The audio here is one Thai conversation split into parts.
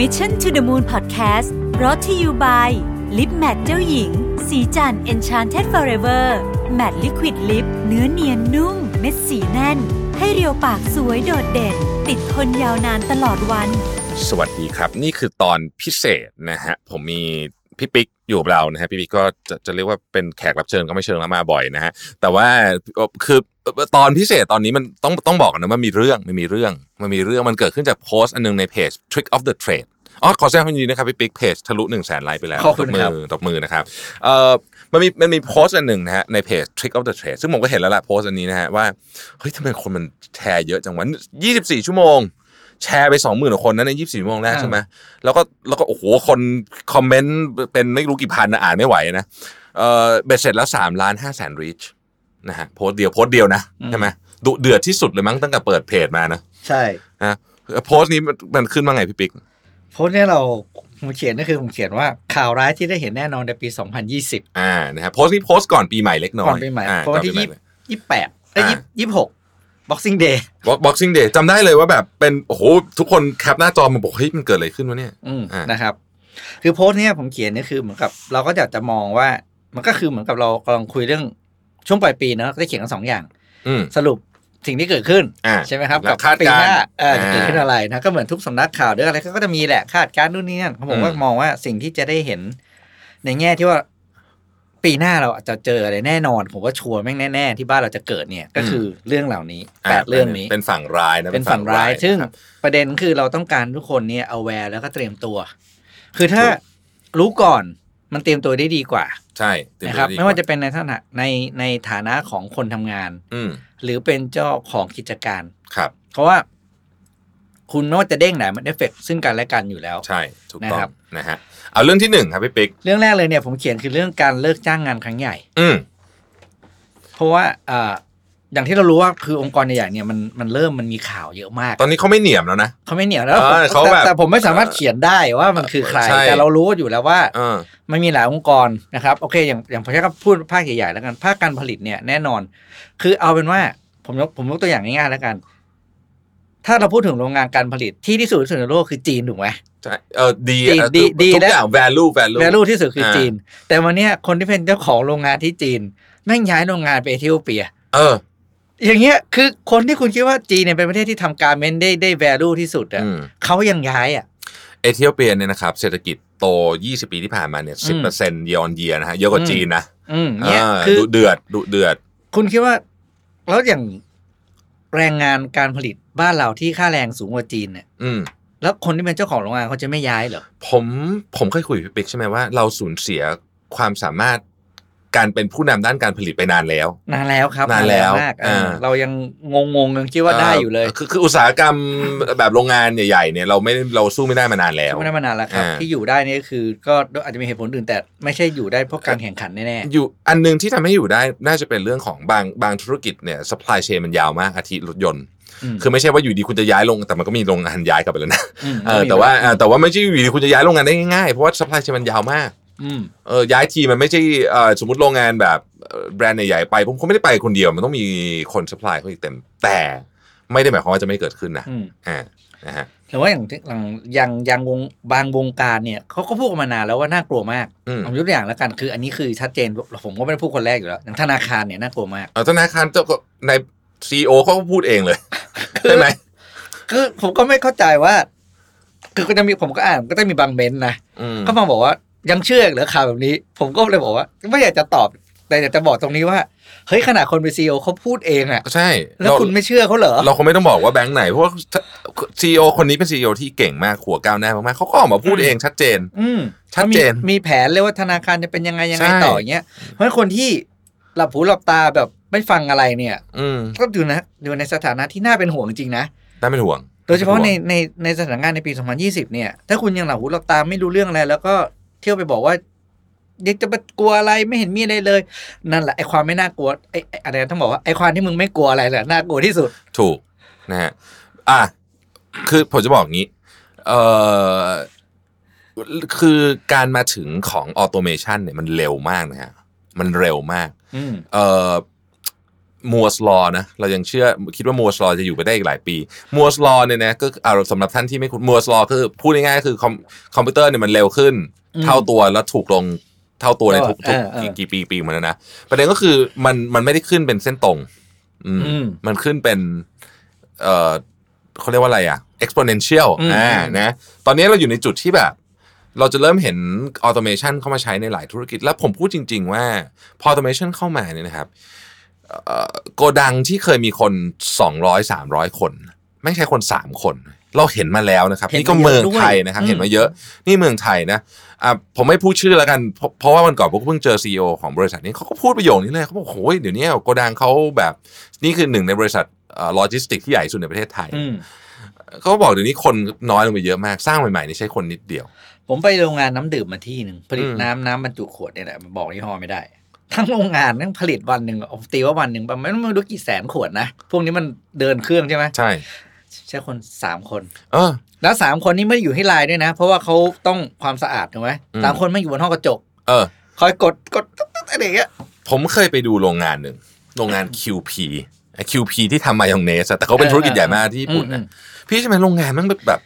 Mission to the Moon Podcast รอ t ที่ you by Lip Matte เจ้าหญิง สีจัน Enchanted Forever Matte Liquid Lip เนื้อเนียนนุ่ม เม็ดสีแน่น ให้เรียวปากสวยโดดเด่น ติดทนยาวนานตลอดวัน สวัสดีครับ นี่คือตอนพิเศษนะฮะ ผมมีพี่ปิ๊กอยู่กับเรานะฮะพี่ปิ๊กก็จะจะเรียกว่าเป็นแขกรับเชิญก็ไม่เชิงแล้วมาบ่อยนะฮะแต่ว่าคือตอนพิเศษตอนนี้มันต้องต้องบอกก่อนนะว่ามีเรื่องมันมีเรื่องมันมีเรื่องมันเกิดขึ้นจากโพสต์อันหนึงในเพจ Trick of the Trade อ๋อขอแสดงความยินดีนะครับพี่ปิ๊กเพจทะลุ1นึ่งแสนไลค์ไปแล้ว ขอบคุตณบมื ครับ อตบมือนะครับเอ่อมันมีมันมีโพสต์อันหนึ่งนะฮะในเพจ Trick of the Trade ซึ่งผมก็เห็นแล้วล่ะโพสต์อันนี้นะฮะว่าเฮ้ยทำไมคนมันแชร์เยอะจังวะ24 ชั่วโมง แชร์ไปสองหมื่นคนนั้นในยี่สิบสี่ชั่วโมงแรกใช่ไหมแล้วก็แล้วก็โอ้โหคนคอมเมนต์เป็นไม่รู้กี่พันนะอ่านไม่ไหวนะเออเบ็ดเสร็จแล้วสามล้านห้าแสนรีชนะฮะโพสต์เดียวโพสต์เดียวนะใช่ไหมดุเดือดที่สุดเลยมั้งตั้งแต่เปิดเพจมานะ ใช่ นะโพสต์นี้มันมันขึ้นมาไงพี่ปิ๊ก โพสต์เนี่ยเราผมเขียนก็คือผมเขียนว่าข่าวร้ายที่ได้เห็นแน่นอนในปี 2020 อ่านะฮะโพสต์นี้โพสต์ก่อนปีใหม่เล็กน้อย ก่อนปีใหม่ า เพราะวันที่ ก่อนปี ยี่ ใหม่ ยี่แปดไอ้ อ่า ยี่ยี่หก boxing day บ็อกซิ่งเดย์จำได้เลยว่าแบบเป็นโอ้โหทุกคนแคปหน้าจอมาบอกเฮ้ยมันเกิดอะไรขึ้นวะเนี่ย อืม อ่าน นะครับ คือโพสต์เนี่ยผมเขียนเนี่ยคือเหมือนกับ เราก็อยากจะมองว่า มันก็คือเหมือนกับเรากำลังคุยเรื่องช่วงปลายปีเนอะก็ได้เขียนกันสองอย่าง อืม สรุปสิ่งที่เกิดขึ้น อ่า ใช่ไหมครับ และ กับ คาด ปี การณ์ หน้าเออจะเกิด อ่า ขึ้นอะไรนะก็เหมือนทุกสำนักข่าวหรืออะไรก็จะมีแหละคาดการณ์นู่นนี่นั่นผม อืม ก็มองว่าสิ่งที่จะได้เห็น ในแง่ที่ว่าปีหน้าเราอาจจะเจออะไรแน่นอน ผมว่าชัวร์แม่งแน่ ๆ ที่บ้านเราจะเกิดเนี่ยก็คือเรื่องเหล่านี้แปดเรื่องนี้ เป็นฝั่งร้ายนะ เป็นฝั่งร้าย ซึ่ง นะครับ ประเด็นคือเราต้องการทุกคนเนี่ย a w แวร์แล้วก็เตรียมตัว คือถ้า ถูก รู้ก่อนมันเตรียมตัวได้ดีกว่า ใช่ติดตัว นะครับ ดีก ไม่ว่าจะเป็นในฐานะในในฐานะของคนทำงาน อืม หรือเป็นเจ้าของกิจการ ครับ เพราะว่า คุณไม่ว่าจะเด้งไหนมันเอฟเฟกซึ่งกันและกันอยู่แล้ว ใช่ถูกต้อง นะครับ นะฮะเอาเรื่องที่หนึ่งครับพี่ปิ๊ก เรื่องแรกเลยเนี่ยผมเขียนคือเรื่องการเลิกจ้างงานครั้งใหญ่ อืม เพราะว่าเอ่ออย่างที่เรารู้ว่าคือองค์กรใหญ่ๆเนี่ยมันมันเริ่มมันมีข่าวเยอะมาก ตอนนี้เขาไม่เหนียมแล้วนะ เขาไม่เหนียวแล้ว เออเขา แต่ แบบ แต่ผมไม่สามารถเขียนได้ว่ามันคือใคร ใช่ แต่เรารู้อยู่แล้วว่า เออ มันมีหลายองค์กรนะครับโอเค อย่างอย่างผมใช้คำพูดภาคใหญ่ๆแล้วกันภาคการผลิตเนี่ยแน่นอน คือเอาเป็นว่าผมยกผมยกตัวอย่างง่ายๆแล้วกัน ถ้าเราพูดถึงโรงงานการผลิตที่ที่สุดที่สุดในโลกคือจีนถูกไหม ใช่เออดี ดี เออ ดี ทุก ดี ทุก และ อย่าง value value value ที่สุดคืออา จีน แต่วันเนี้ยคนที่เป็นเจ้าของโรงงานที่จีน แม่งย้ายโรงงานไปเอธิโอเปีย เออ อย่างเงี้ยคือคนที่คุณคิดว่าจีนเนี่ยเป็นประเทศที่ทำการเมนได้ได้ value ที่สุดอ่ะ อืม เขายังย้ายอ่ะ เอธิโอเปียเนี่ยนะครับ เศรษฐกิจโต 20 ปีที่ผ่านมาเนี่ย อืม 10% year on year นะฮะเยอะกว่าจีนนะ อืม เอ เนี่ย อ คือ ดุเดือดดุเดือด คุณคิดว่า แล้วอย่างแรงงานการผลิตบ้านเราที่ค่าแรงสูงกว่าจีนเนี่ย อืม แล้วคนที่เป็นเจ้าของโรงงานเขาจะไม่ย้ายเหรอ ผมผมเคยคุยกับพี่ปิ๊กใช่ไหมว่าเราสูญเสียความสามารถการเป็นผู้นำด้านการผลิตไปนานแล้ว นานแล้วครับ นานแล้ว มากเอออา เรายังงงงๆยังคิดว่าได้อยู่เลย คือคืออุตสาหกรรมแบบโรงงานใหญ่ๆเนี่ยเราไม่ได้เราสู้ไม่ได้มานานแล้ว ไม่ได้มานานแล้วครับ อ่า ที่อยู่ได้เนี่ยคือ ก็อาจจะมีเหตุผลอื่นแต่ไม่ใช่อยู่ได้เพราะการแข่งขันแน่ๆ อยู่อันหนึงที่ทำให้อยู่ได้น่าจะเป็นเรื่องของบางบางธุรกิจเนี่ย supply chain มันยาวมากอาทิรถยนต์ คือไม่ใช่ว่าอยู่ดีคุณจะย้ายลง แต่มันก็มีโรงงานย้ายกลับไปแล้ว นะ ม เออแต่ว่าเออแต่ว่าไม่ใช่อยู่ดีคุณจะย้ายโรงงานได้ง่ายๆ เพราะว่า supply chain มันยาวมาก อืม เออย้ายทีมันไม่ใช่เอ่อสมมติโรงงานแบบเอ่อแบรนด์ใหญ่ๆไปผมเขาไม่ได้ไปคนเดียวมันต้องมีคน supply เขาอีกเต็ม แต่ไม่ได้หมายความว่าจะไม่เกิดขึ้นนะ อืม อ่านะฮะ แต่ว่าอย่างที่หลังยังยังวงบางวงการเนี่ยเขาก็พูดกันมานานแล้วว่าน่ากลัวมาก อืม ผมยกตัวอย่างแล้วกันคือ อันนี้คือชัดเจนผมก็ไม่ได้พูดคนแรกอยู่แล้วอย่างธนาคารเนี่ยน่ากลัวมาก เออธนาคารเจ้าก็ในซีโอเขาก็พูดเองเลยใช่ไหม คือผมก็ไม่เข้าใจว่า คือก็จะมีผมก็อ่านก็จะมีบางเมนต์นะ อืม ก็มาบอกว่ายังเชื่ออีกเหรือข่าวแบบนี้ ผมก็เลยบอกว่า ไม่อยากจะตอบ แต่อยากจะบอกตรงนี้ว่าเฮ้ยขนาดคนเป็นซีอเขาพูดเองอะ ก็ใช่ แล้วคุณไม่เชื่อเขาเหรอ เราคงไม่ต้องบอกว่าแบงค์ไหน เพราะว่าซีอคนนี้เป็นซีอที่เก่งมากหัวก้าวหน้ามากๆเขาก็ออกมาพูดเองชัดเจน อืม ชัดเจน มีมีแผนเลยว่าธนาคารจะเป็นยังไงยังไง ใช่ ต่ออย่างเงี้ย เพราะฉะนั้นคนที่หลับหูหลับตาแบบไม่ฟังอะไรเนี่ย อืม ก็ดูนะดูในสถานะที่น่าเป็นห่วงจริงนะ น่าเป็นห่วง โดยเฉพาะในในในสถานการณ์ในปี 2020 เนี่ย ถ้าคุณยังหลับหูหลับตาไม่รู้เรื่องอะไร แล้วก็เที่ยวไปบอกว่าเด็กจะไปกลัวอะไรไม่เห็นมีอะไรเลย นั่นแหละไอความไม่น่ากลัวไอไอ้อะไรนะต้องบอกว่าไอความที่มึงไม่กลัวอะไรแหละน่ากลัวที่สุด ถูกนะฮะอ่ะคือผมจะบอกงี้เอ่อคือการมาถึงของออโตเมชันเนี่ยมันเร็วมากนะฮะมันเร็วมาก อืม เอ่อ มัวสลอนะเรายังเชื่อคิดว่ามัวสลอจะอยู่ไปได้อีกหลายปีมัวสลอเนี่ยนะก็เอาสำหรับท่านที่ไม่คุ้นมัวสลอคือพูดง่ายๆคือคอมคอมพิวเตอร์เนี่ยมันเร็วขึ้น อืม เท่าตัวแล้วถูกลงเท่าตัวในทุก เอ ทุก อเออ กี่กี่ปีปีมาแล้วนะประเด็นก็คือมันมันไม่ได้ขึ้นเป็นเส้นตรง อืม อืม มันขึ้นเป็นเอ่อเขาเรียกว่าอะไรอ่ะ exponential อืม อ่านะ ตอนนี้เราอยู่ในจุดที่แบบ เราจะเริ่มเห็น automation เข้ามาใช้ในหลายธุรกิจ แล้วผมพูดจริง ๆ ว่าพอ automation เข้ามาเนี่ยนะครับเอ่อโกดังที่เคยมีคน 200 300 คน ไม่ใช่คน 3 คน เราเห็นมาแล้วนะครับ เห็น นี่ก็ มาเยอะ เมืองไทยนะครับ ด้วย เห็นมาเยอะ นี่เมืองไทยนะอ่ะผมไม่พูดชื่อแล้วกันเพราะเพราะว่าวันก่อนผมก็เพิ่งเจอซีอของบริษัทนี้เขาก็พูดประโยคนี้เลยเขาบอกโอ้ยเดี๋ยวนี้โกดังเขาแบบ นี่คือหนึ่งในบริษัทโลจิสติกที่ใหญ่ที่สุดในประเทศไทย อืม เขาบอกเดี๋ยวนี้คนน้อยลงไปเยอะมาก สร้างใหม่ๆนี่ใช้คนนิดเดียว ผมไปโรงงานน้ำดื่มมาที่หนึ่งผลิต อืม น้ำน้ำบรรจุขวดเนี่ยแหละบอกยี่ห้อไม่ได้ ทั้งโรงงานนั่งผลิตวันหนึ่งเอาตีว่าวันหนึ่งประมาณไม่รู้กี่แสนขวดนะ พวกนี้มันเดินเครื่องใช่ไหม ใช่ ใช้คนสามคน เออ แล้วสามคนนี้ไม่ได้อยู่ที่ไลน์ด้วยนะ เพราะว่าเขาต้องความสะอาดถูกไหม อืม สามคนไม่อยู่บนห้องกระจก เออ คอยกดกดตึ๊ดตึ๊ดอะไรอย่างเงี้ย ผมเคยไปดูโรงงานหนึ่ง โรงงาน QP ไอ้ QP ที่ทำมายองเนสอะแต่เขาเป็นธุรกิจใหญ่มากที่ญี่ปุ่น อื นะ ม พี่ใช่ไหมโรงงานมันแบบแบบ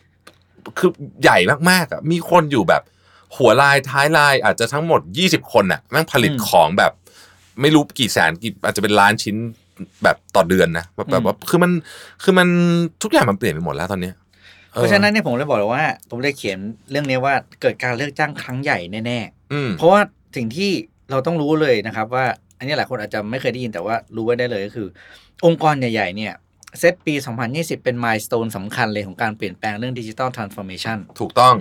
คือใหญ่มากๆอะมีคนอยู่แบบ หัวลายท้ายลายอาจจะทั้งหมด 20 คนอะแม่งผลิตของแบบ ไม่รู้กี่แสนกี่อาจจะเป็นล้านชิ้นแบบต่อเดือนนะแบบแบบว่าคือมันคือมันทุกอย่างมันเปลี่ยนไปหมดแล้วตอนเนี้ยออ เพราะฉะนั้นเนี่ยผมเลยบอกเลยว่า ผมเลยเขียนเรื่องนี้ว่าเกิดการเลือกจ้างครั้งใหญ่แน่ อืม ๆ เพราะว่าสิ่งที่เราต้องรู้เลยนะครับ ว่าอันนี้หลายคนอาจจะไม่เคยได้ยินแต่ว่ารู้ไว้ได้เลยก็คือ องค์กรใหญ่ ๆ เนี่ยเซตปี 2020 เป็นมายสเตนสำคัญเลยของการเปลี่ยนแปลงเรื่องดิจิตอลทรานส์ฟอร์เมชัน ถูกต้อง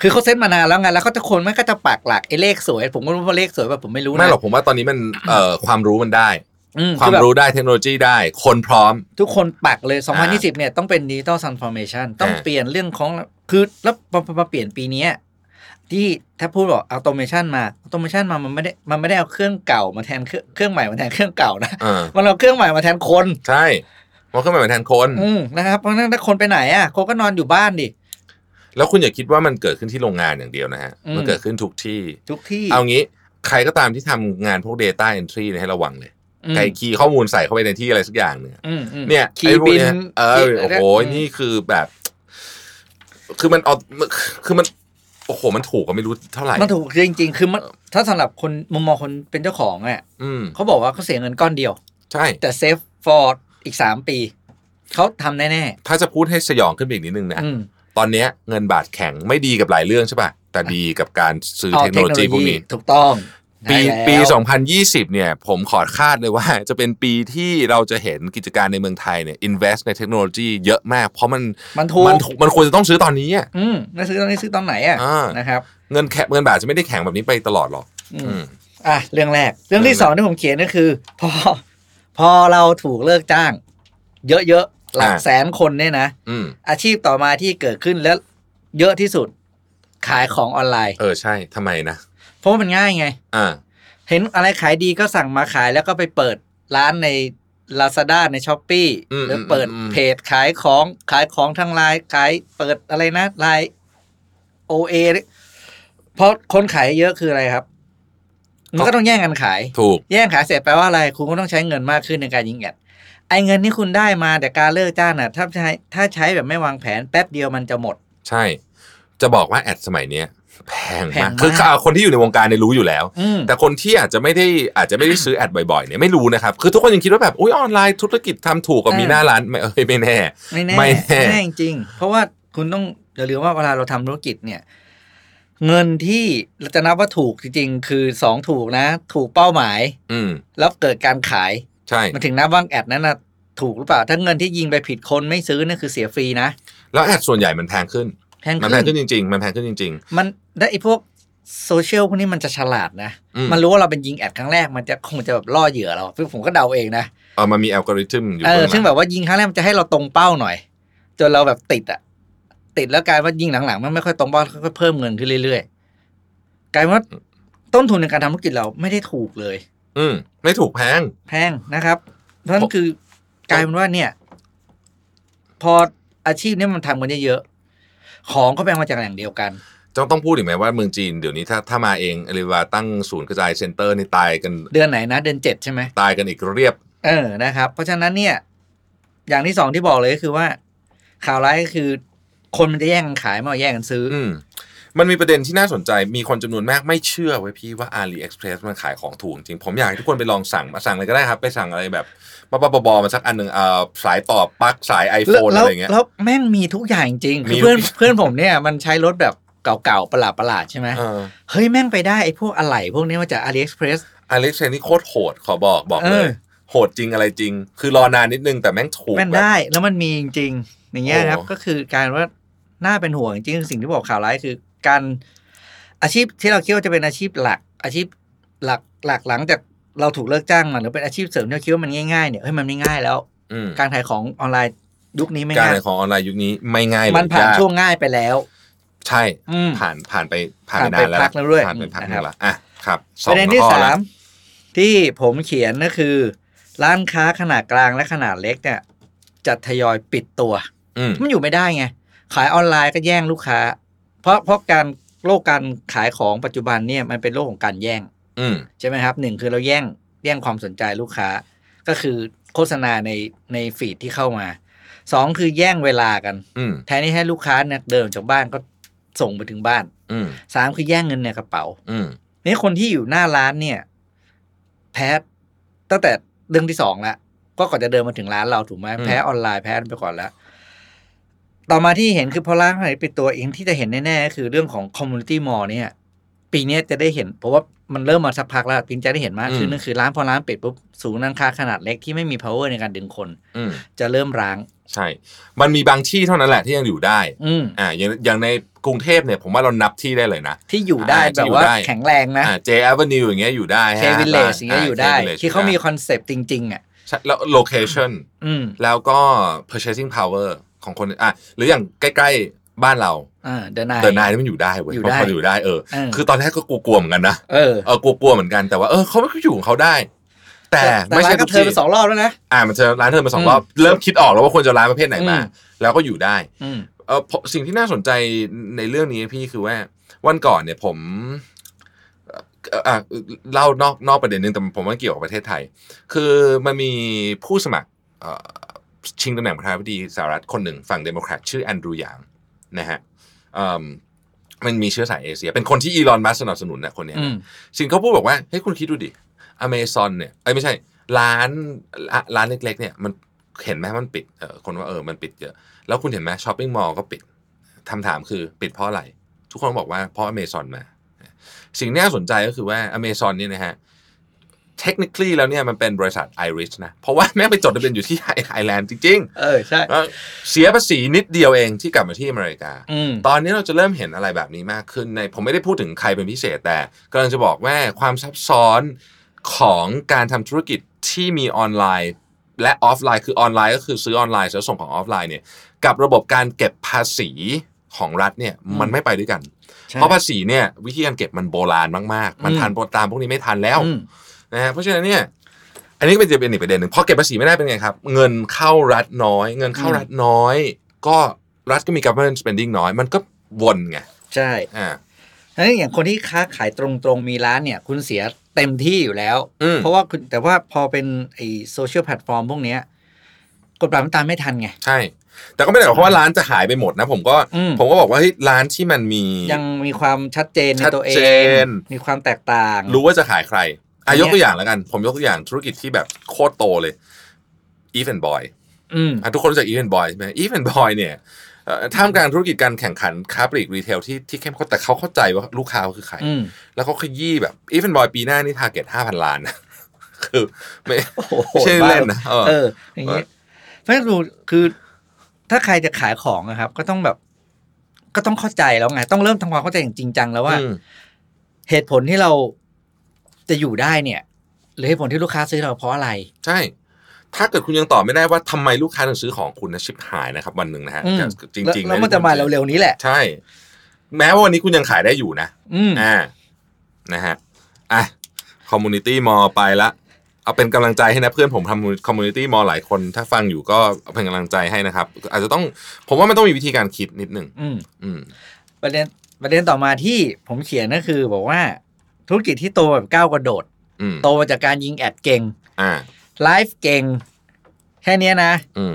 คือเขาเซตมานานแล้วไงแล้วเขาจะคนไม่ก็จะปักหลักไอ้เลขสวย ผมก็รู้ว่าเลขสวยแบบผมไม่รู้นะ ไม่หรอกผมว่าตอนนี้มันเอ่อความรู้มันได้ อื ควา อ ม แบบ รู้ได้เทคโนโลยีได้ คนพร้อม ทุกคนปักเลย อ่า 2020 เนี่ย ต้องเป็นดิจิตอล t ัน s f o r m a t i o n ต้อง อ่า เปลี่ยนเรื่องของ คือแล้วพอพอมาเปลี่ยนปีเนี้ยที่ถ้าพูดบอกอัตโนมชันมาอัตโนมชันมามันไม่ได้มันไม่ได้เอาเครื่องเก่ามาแทนเครื่องเครื่องใหม่มาแทนเครื่องเก่านะ เออ มันเอาเครื่องใหม่มาแทนคน ใช่มันก็หมายถึงแทนคน อืมนะครับเพราะฉะนั้นถ้าคนไปไหนอ่ะคนก็นอนอยู่บ้านดิ แล้วคุณอย่าคิดว่ามันเกิดขึ้นที่โรงงานอย่างเดียวนะฮะ อืม มันเกิดขึ้นทุกที่ ทุกที่ เอางี้ ใครก็ตามที่ทำงานพวก Data Entry เนี่ยให้ระวังเลย อืม ใครคีย์ข้อมูลใส่เข้าไปในที่อะไรสักอย่างเนี่ย อืมอืม เนี่ย ขี่ ไอ้พวก บิน เยเออโอ้โห ม นี่คือแบบ คือมันเอาคือมัน โอ้โห มันถูกก็ไม่รู้เท่าไหร่ มันถูกจริง ๆ คือมันถ้าสำหรับคนมุมมองคนเป็นเจ้าของอ่ะ อืม เขาบอกว่าเขาเสียเงินก้อนเดียว ใช่ แต่เซฟฟอร์อีกสามปี เขาทำแน่ ถ้าจะพูดให้สยองขึ้นไปอีกนิดนึงนะ ๆอืม ตอนเนี้ยเงินบาทแข็งไม่ดีกับหลายเรื่องใช่ป่ะ แต่ดีกับการซื้อเทคโนโลยีพวกนี้ ถูกต้อง ปี ใช่แล้ว ปี 2020 เนี่ย ผมขอคาดเลยว่า จะเป็นปีที่เราจะเห็นกิจการในเมืองไทยเนี่ย invest ในเทคโนโลยีเยอะมาก เพราะมัน มันถูก มันถูกมันควรจะต้องซื้อตอนนี้อะ อืมแล้วซื้อตอนนี้ซื้อตอนไหนอ่ะ อ่าน นะครับ เงินแคเงินบาทจะไม่ได้แข็งแบบนี้ไปตลอดหรอก อื อื ม ม อ่ะเรื่องแรก เรื่องที่ เรื่องแรก สองที่ผมเขียนก็คือ พอ พอเราถูกเลิกจ้าง เยอะๆหลัก อ่า แสนคนเนี่ยนะ อืม อาชีพต่อมาที่เกิดขึ้นแล้วเยอะที่สุด ขายของออนไลน์ เออใช่ทำไมนะ เพราะว่ามันง่ายไง อ่า เห็นอะไรขายดีก็สั่งมาขายแล้วก็ไปเปิดร้านใน Lazada ใน s h อ p e e หรือเปิดเพจขายของขายของทางไลน์ขายเปิดอะไรนะไลน์โอเอเพราะคนขายเยอะคืออะไรครับ มันก็ต้องแย่งกันขาย ถูก แย่งขายเสร็จแปลว่าอะไร คุณก็ต้องใช้เงินมากขึ้นในการยิงแอดไอเงินที่คุณได้มาแต่การเลิกจ้างน่ะ ถ้าใช้ถ้าใช้แบบไม่วางแผนแป๊บเดียวมันจะหมด ใช่ จะบอกว่าแอดสมัยเนี้ยแพง แพ มาง ก มาก คือเอาคนที่อยู่ในวงการเนี่ยรู้อยู่แล้ว อืม แต่คนที่อาจจะไม่ได้อาจจะไม่ได้ซื้อแอดบ่อยๆเนี่ยไม่รู้นะครับ คือทุกคนยังคิดว่าแบบอุ้ยออนไลน์ธุรกิจทำถูกกว่ามีหน้าร้านไม่เอ้ยไม่แน่ ไม่แน่ ไม่ ไม่ แน่ แน่จริงๆเพราะว่าคุณต้องอย่าลืมว่าเวลาเราทำธุรกิจเนี่ย เงินที่เราจะนับว่าถูกจริงๆ คือสองถูกนะ ถูกเป้าหมาย อืม แล้วเกิดการขาย ใช่ มันถึงนับว่าแอดนั้นนะถูกหรือเปล่า ถ้าเงินที่ยิงไปผิดคนไม่ซื้อนั่นคือเสียฟรีนะ แล้วแอดส่วนใหญ่มันแพงขึ้น แพง มัน ขึ้ แพง น ขึ้นจริง ๆ มันแพงขึ้นจริง มันได้ไอ้พวกโซเชียลพวกนี้มันจะฉลาดนะ อืม มันรู้ว่าเราเป็นยิงแอดครั้งแรกมันจะคงจะแบบล่อเหยื่อเราซึ่งผมก็เดาเองนะ ๆ เออมันมีอัลกอริทึมอยู่ เออ เบื้องหลั ซึ่งแบบว่ายิงครั้งแรกมันจะให้เราตรงเป้าหน่อยจนเราแบบติดอะติดแล้วกลายว่ายิงหลังๆมันไม่ค่อยตรงเป้าค่อยๆเพิ่มเงินขึ้นเรื่อยๆกลายเป็นว่าต้นทุนในการทำธุรกิจเราไม่ได้ถูกเลย อืมไม่ถูกแพง แพงนะครับ เพราะฉะนั้นคือกลายเป็นว่าเนี่ย พออาชีพเนี้มันทำกันเยอะๆของก็แบ่งมาจากแหล่งเดียวกัน ต้องต้องพูดอีกไหมว่าเมืองจีนเดี๋ยวนี้ถ้าถ้ามาเองอลิวาตั้งศูนย์กระจายเซ็นเตอร์นี่ตายกัน เดือนไหนนะ เดือนเจ็ดใช่ไหม ตายกันอีกเรียบ เออนะครับ เพราะฉะนั้นเนี่ย อย่างที่สองที่บอกเลยก็คือว่า ข่าวร้ายก็คือ คนมันจะแย่งกันขายมากกว่าแย่งกันซื้ออ อืมมันมีประเด็นที่น่าสนใจมีคนจำนวนมากไม่เชื่อไว้ยพี่ว่า AliExpress มันขายของถูกจริง ผมอยากให้ทุกคนไปลองสั่งมาสั่งอะไรก็ได้ครับ ไปสั่งอะไรแบบบ้าๆบอๆมาสักอันหนึ่งเอ่อสายต่อปลั๊กสาย แล้ว iPhone แล้ อะ ว ไรอย่างเงี้ย แล้วแม่งมีทุกอย่างจริงคื มี อเพื่อนเพื่อนผมเนี่ยมันใช้รถแบบเก่าๆประหลาดประหลาดๆใช่ไหม เออ เฮ้ยแม่งไปได้ไอ้พวกอะไหล่พวกนี้มาจาก AliExpress อเล็กเซนนี่โคตรโหดขอบอกบอกเล เอย อ โหดจริงอะไรจริง คือรอนานนิดนึงแต่แม่งถูก แม่ง แบบ ได้แล้วมันมีจริงๆอย่างเงี้ยครับ โอ้ ก็คือการว่าน่าเป็นห่วงจริงๆสิ่งที่บอกข่าวร้ายคือ การอาชีพที่เราคิดว่าจะเป็นอาชีพหลัก อาชีพหลักหลักหลังจากเราถูกเลิกจ้างมาหรือเป็นอาชีพเสริมที่เราคิดว่ามันง่ายๆเนี่ยเฮ้ยมันไม่ง่ายแล้ว อืม การขายของออนไลน์ยุคนี้ไม่ การ ง่าย ขายของออนไลน์ยุคนี้ไม่ง่ายเลย มันผ่าน ยก ช่วงง่ายไปแล้ว ใช่ อืม ผ่านผ่านไปผ่านไปนาผ่านน ไป แล้ว พักแล้วด้วย ผ่านไปพัก นะ หนึ ครั ง บ ละอ่ะครับส ป อง ระเด็นที่ ข้อ สา ละ มที่ผมเขียนก็คือ ร้านค้าขนาดกลางและขนาดเล็กเนี่ยจะทยอยปิดตัว อืม มันอยู่ไม่ได้ไง ขายออนไลน์ก็แย่งลูกค้า เพราะเพราะการโลกการขายของปัจจุบันเนี่ยมันเป็นโลกของการแย่ง อืม ใช่ไหมครับหนึ่งคือเราแย่งแย่งความสนใจลูกค้า ก็คือโฆษณาในในฟีดที่เข้ามาสองคือแย่งเวลากัน อืม แทนที่ให้ลูกค้าเนี่ยเดินออกจากบ้านก็ส่งไปถึงบ้าน อืม สามคือแย่งเงินในกระเป๋า อืม นี่คนที่อยู่หน้าร้านเนี่ย แพ้ตั้งแต่เรื่องที่สองแล้วก็ก่อนจะเดินมาถึงร้านเราถูกไหมแพ้ออนไลน์แพ้ไปก่อนแล้ว ต่อมาที่เห็นคือพอร้านไหนปิดตัวเองที่จะเห็นแน่ๆก็คือเรื่องของคอมมูนิตี้มอลเนี่ย ปีเนี้ยจะได้เห็น เพราะว่ามันเริ่มมาสักพักแล้วปีนจะได้เห็นมากขึ้นนั่นคือร้านพอร้านปิดปุ๊บศูนย์ร้านค้าขนาดเล็กที่ไม่มี power ในการดึงคน อืม จะเริ่มร้าง ใช่ มันมีบางที่เท่านั้นแหละที่ยังอยู่ได้ อืม อ่าอย่างอย่างในกรุงเทพเนี่ยผมว่าเรานับที่ได้เลยนะ ที่อยู่ได้ อ่า แบที่บอยู่ ว่า ได้ แข็งแรงนะ อ่าเจแอเวนิวอย่างเงี้ยอยู่ได้ เค ฮะ วิลเลจอย่างเงี้ยอยู่ได้ า J Village ที่เขามี ยู่ได้ คอนเซปต์จริง ๆ อ่ะ ใช่แล้วโลเคชั่น อืม แล้วก็ purchasing power ของคนอ่ะหรืออย่างใกล้ ๆ บ้านเรา อ่าเดิน เดินนายนี่มันอยู่ได้เว้ย อยู่ บาง ได้ คนอยู่ได้เออ เออ คือตอนแรกก็กลัวๆเหมือนกันนะ เออ เออกลัวๆเหมือนกันแต่ว่าเออเขาไม่อยู่ของเขาได้ แต่ แต่ ไม่ ร้า ใช่ น ทุ ก็ ก เธอ ที่ ไปสองรอบแล้วนะ อ่ามันเจอร้านเธอมาสอง อืม รอบเริ่มคิดออกแล้วว่าควรจะร้านประเภทไหนมา อืม แล้วก็อยู่ได้ อืม เออพอสิ่งที่น่าสนใจในเรื่องนี้พี่คือว่าวันก่อนเนี่ยผมเอ่ออ่ะเล่านอกนอกประเด็นนึงแต่ผมว่าเกี่ยวกับประเทศไทย คือมันมีผู้สมัครเอ่อชิงตำแหน่งประธานาธิบดีสหรัฐคนหนึ่งฝั่งเดโมแครตชื่อแอนดรูหยางนะฮะเอิ่มมันมีเชื้อสายเอเชีย เป็นคนที่อีลอนมัสสนับสนุนนะคนเนี้ยนะ สิ่งเขาพูดบอกว่าเฮ้ยคุณคิดดูดิอเมซอนเนี่ยเอ้ยไม่ใช่ ร้านร้านร้านเล็ก ๆ เนี่ยมันเห็นไหมมันปิดเออคนว่าเออมันปิดเยอะแล้วคุณเห็นไหมช้อปปิ้งมอลล์ก็ปิดคำถามคือปิดเพราะอะไร ทุกคนบอกว่าเพราะอเมซอนมา สิ่งที่น่าสนใจก็คือว่าอเมซอนเนี่ยนะฮะ technically แล้วเนี่ยมันเป็นบริษัท Irish นะ เพราะ ว่าแม่งไปจดทะเบียนอยู่ที่ไอร์แลนด์จริง เออ ใช่ ๆแล้วเสียภาษีนิดเดียวเองที่กลับมาที่อเมริกา อืม ตอนนี้เราจะเริ่มเห็นอะไรแบบนี้มากขึ้นในผมไม่ได้พูดถึงใครเป็นพิเศษแต่กำลังจะบอกว่าความซับซ้อนของการทำธุรกิจที่มีออนไลน์ และออฟไลน์คือออนไลน์ก็คือซื้อออนไลน์แล้วส่งของออฟไลน์เนี่ยกับระบบการเก็บภาษีของรัฐเนี่ย อืม มันไม่ไปด้วยกัน ใช่ เพราะภาษีเนี่ยวิธีการเก็บมันโบราณมากๆ มันทันโปรตามพวกนี้ไม่ทันแล้ว อืม นะฮะเพราะฉะนั้นเนี่ยอันนี้ก็เป็นจะเป็นอีกประเด็นหนึ่งพอเก็บภาษีไม่ได้เป็นไงครับ เงินเข้ารัฐน้อย เงินเข้ารัฐน้อย ก็รัฐก็มี government spending น้อย มันก็วนไง ใช่ อ่า เพราะฉะนั้นอย่างคนที่ค้าขายตรงๆ มีร้านเนี่ย คุณเสียเต็มที่อยู่แล้ว อืม เพราะว่าคุณแต่ว่าพอเป็นไอโซเชียลแพลตฟอร์มพวกเนี้ยกฎหมายมันตามไม่ทันไง ใช่ แต่ก็ไม่ได้หมายความว่าร้านจะหายไปหมดนะ ผมก็ อืม ผมก็บอกว่าเฮ้ยร้านที่มันมี ยังมีความชัดเจนในตัวเอ ชัดเจ ง น มีความแตกต่าง รู้ว่าจะขายใครอ่ะ อันเนี้ ยก ย ตัวอย่างแล้วกัน ผมยกตัวอย่างธุรกิจที่แบบโคตรโตเลย e v e n Boy อืม อ่ะทุกคนรู้จักอีเวนต์บอยใช่ไหมอีเวนต์บอยเนี่ยเอ่อท่ามกลางธุรกิจการแข่งขันค้าปลีกรีเทลที่ที่เข้มข้นแต่เขาเข้าใจว่าลูกค้าเขาคือใคร อืม แล้วเขาขยี้แบบอีเวนบอยปีหน้านี่ทาร์เก็ตห้าพันล้านนะ คือไม่ โอ้โห ไม่ใช่เล่นนะเออ เออ อย่างเงี้ยเพราะฉะนั้นดูคือถ้าใครจะขายของนะครับ ก็ต้องแบบ ก็ต้องเข้าใจแล้วไง ต้องเริ่มทำความเข้าใจอย่างจริงจังแล้วว่า อืม เหตุผลที่เราจะอยู่ได้เนี่ย หรือเหตุผลที่ลูกค้าซื้อเราเพราะอะไร ใช่ ถ้าเกิดคุณยังตอบไม่ได้ว่าทำไมลูกค้าถึงซื้อของคุณนะชิบหายนะครับ วันหนึ่งนะฮะ อืม จะจริงจริง แล้วแล้วมันจะมาเร็วๆนี้แหละ ๆใช่ แม้ว่าวันนี้คุณยังขายได้อยู่นะ อืม อ่านะฮะอ่ะคอมมูนิตี้มอไปละ เอาเป็นกำลังใจให้นะเพื่อนผมทำคอมมูนิตี้มอหลายคน ถ้าฟังอยู่ก็เอาเป็นกำลังใจให้นะครับ อาจจะต้องผมว่ามันต้องมีวิธีการคิดนิดหนึ่ง อืม อืม ประเด็นประเด็นต่อมาที่ผมเขียนก็คือบอกว่าธุรกิจที่โตแบบก้าวกระโดด อืม โตมาจากการยิงแอดเก่ง อ่า ไลฟ์เก่ง แค่เนี้ยนะ อืม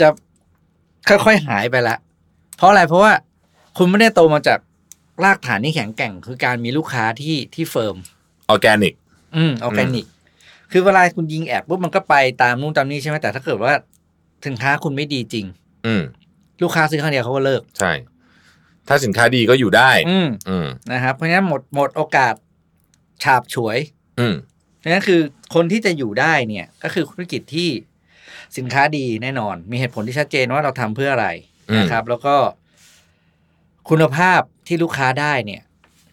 จะค่อยๆหายไปละ เพราะอะไรเพราะว่าคุณไม่ได้โตมาจากรากฐานที่แข็งแกร่ง คือการมีลูกค้าที่ที่เฟิร์ม ออร์แกนิก อืมออร์แกนิก คือเวลาคุณยิงแอดปุ๊บมันก็ไปตามนู่นตามนี้ใช่ไหมแต่ถ้าเกิดว่าสินค้าคุณไม่ดีจริง อืม ลูกค้าซื้อครั้งเดียวเขาก็เลิก ใช่ ถ้าสินค้าดีก็อยู่ได้ อืม อืม นะครับเพราะฉะนั้นหมดหมดโอกาสฉาบฉวย อืม นั่นคือคนที่จะอยู่ได้เนี่ยก็คือธุรกิจที่สินค้าดีแน่นอน มีเหตุผลที่ชัดเจนว่าเราทำเพื่ออะไร อืม นะครับ แล้วก็คุณภาพที่ลูกค้าได้เนี่ย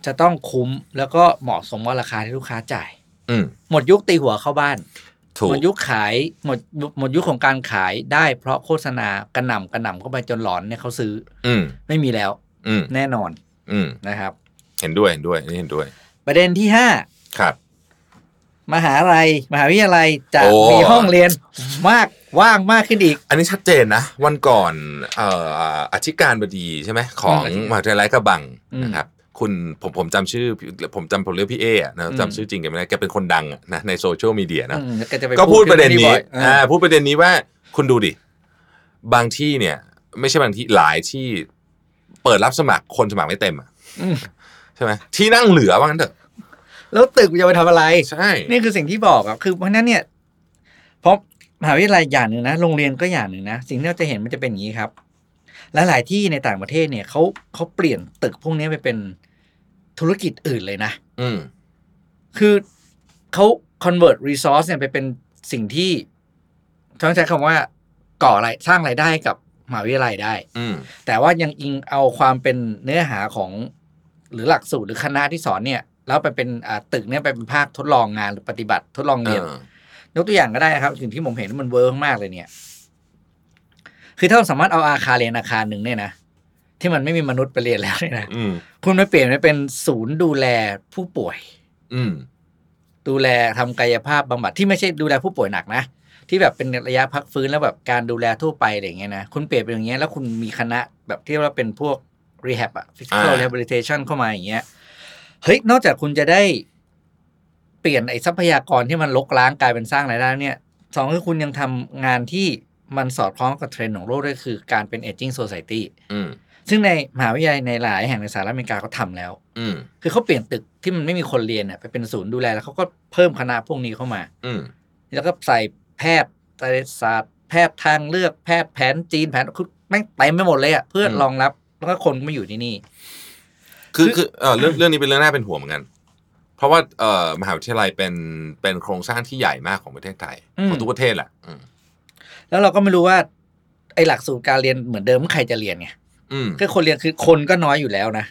จะต้องคุ้มแล้วก็เหมาะสมกับราคาที่ลูกค้าจ่าย อืม หมดยุคตีหัวเข้าบ้าน ถูก หมดยุคขายหมดหมดยุคของการขายได้เพราะโฆษณากระหน่ำกระหน่ำเข้าไปจนหลอนเนี่ยเขาซื้อ อืม ไม่มีแล้ว อืม แน่นอน อืม นะครับ เห็นด้วย เห็นด้วยอันนี่เห็นด้วย ประเด็นที่ห้า ครับ มหาลัยมหาวิทยาลัยจะ โอ้ มีห้องเรียนมากว่างมากขึ้นอีก อันนี้ชัดเจนนะ วันก่อนเอ่ออธิการบดีใช่ไหมของ อืม มหาวิทยาลัยกระบัง อืม นะครับ คุณผมผมจำชื่อ ผมจำผมเรียกพี่เออะนะ อืม จำชื่อจริงแกไม่ได้แกเป็นคนดังอะนะในโซเชียลมีเดียนะ อืมแล้วจไ ก็พูดประเด็นนี้ บ่อยๆ อ่า อ่า พูดประเด็นนี้ว่าคุณดูดิ บางที่เนี่ย ไม่ใช่บางที่หลายที่เปิดรับสมัครคนสมัครไม่เต็มอะ อืม ใช่ไหมที่นั่งเหลือว่างั้นเถอะ แล้วตึกมันจะไปทำอะไร ใช่ นี่คือสิ่งที่บอกอะคือเพราะฉะนั้นเนี่ยเพราะมหาวิทยาลัยอย่างหนึ่งนะโรงเรียนก็อย่างหนึ่งนะสิ่งที่เราจะเห็นมันจะเป็นอย่างนี้ครับลหลายๆที่ในต่างประเทศเนี่ยเขาเขาเปลี่ยนตึกพวกนี้ไปเป็นธุรกิจอื่นเลยนะ อืม คือเขา convert resource เนี่ยไปเป็นสิ่งที่ต้องใช้คำว่าก่ออะไรายสร้างไรายได้ให้กับมหาวิทยาลัยได้ อืม แต่ว่ายังอิงเอาความเป็นเนื้อหาของหรือหลักสูตรหรือคณะที่สอนเนี่ย แล้วไปเป็นอ่าตึกเนี่ยไปเป็นภาคทดลองงานหรือปฏิบัติทดลอง เอ เรียน อย กตัวอย่างก็ได้นะครับสิ่งที่ผมเห็นมันเวิร์กมากเลยเนี่ย คือถ้าเราสามารถเอาอาคารเรียนอาคารหนึ่งเนี่ยนะที่มันไม่มีมนุษย์ไปเรียนแล้วเนี่ยนะ อืม คุณไปเปลี่ยนไปเป็นศูนย์ดูแลผู้ป่วย อืม ดูแลทำกายภาพบำบัดที่ไม่ใช่ดูแลผู้ป่วยหนักนะ ที่แบบเป็นระยะพักฟื้นแล้วแบบการดูแลทั่วไปอะไรอย่างเงี้ยนะ คุณเปลี่ยนเป็นอย่างเงี้ยแล้วคุณมีคณะแบบที่ว่าเป็นพวก rehab อะ physical อ่า rehabilitation เข้ามาอย่างเงี้ยเฮ้ยนอกจากคุณจะได้เปลี่ยนไอ้ทรัพยากรที่มันลกล้างกลายเป็นสร้างรายได้แล้วเนี่ยสองคือคุณยังทำงานที่มันสอดคล้องกับเทรนด์ของโลกด้วยคือการเป็น aging society อืม ซึ่งในมหาวิทยาลัยในหลายแห่งในสหรัฐอเมริกาเขาทำแล้ว อืม คือเขาเปลี่ยนตึกที่มันไม่มีคนเรียนเนี่ยไปเป็นศูนย์ดูแลแล้วเขาก็เพิ่มคณะพวกนี้เข้ามา อืม แล้วก็ใส่แพทย์ไสยศาสตร์แพทย์ทางเลือกแพทย์แผนจีนแผนคือแม่งเต็มไปหมดเลยอ่ะเพื่ออ ม รองรับแล้วก็คนก็มาอยู่ที่นี่ คือ คืคืออเออเรื่องเรื่องนี้เป็นเรื่องน่าเป็นห่วงเหมือนกัน เพราะว่าเอ่อมหาวิทยาลัยเป็นเป็นโครงสร้างที่ใหญ่มากของประเทศไทยของทุกประเทศแหละอืม แล้วเราก็ไม่รู้ว่าไอหลักสูตรการเรียนเหมือนเดิมใครจะเรียนไง อืม คือคนเรียนคือคนก็น้อยอยู่แล้วนะ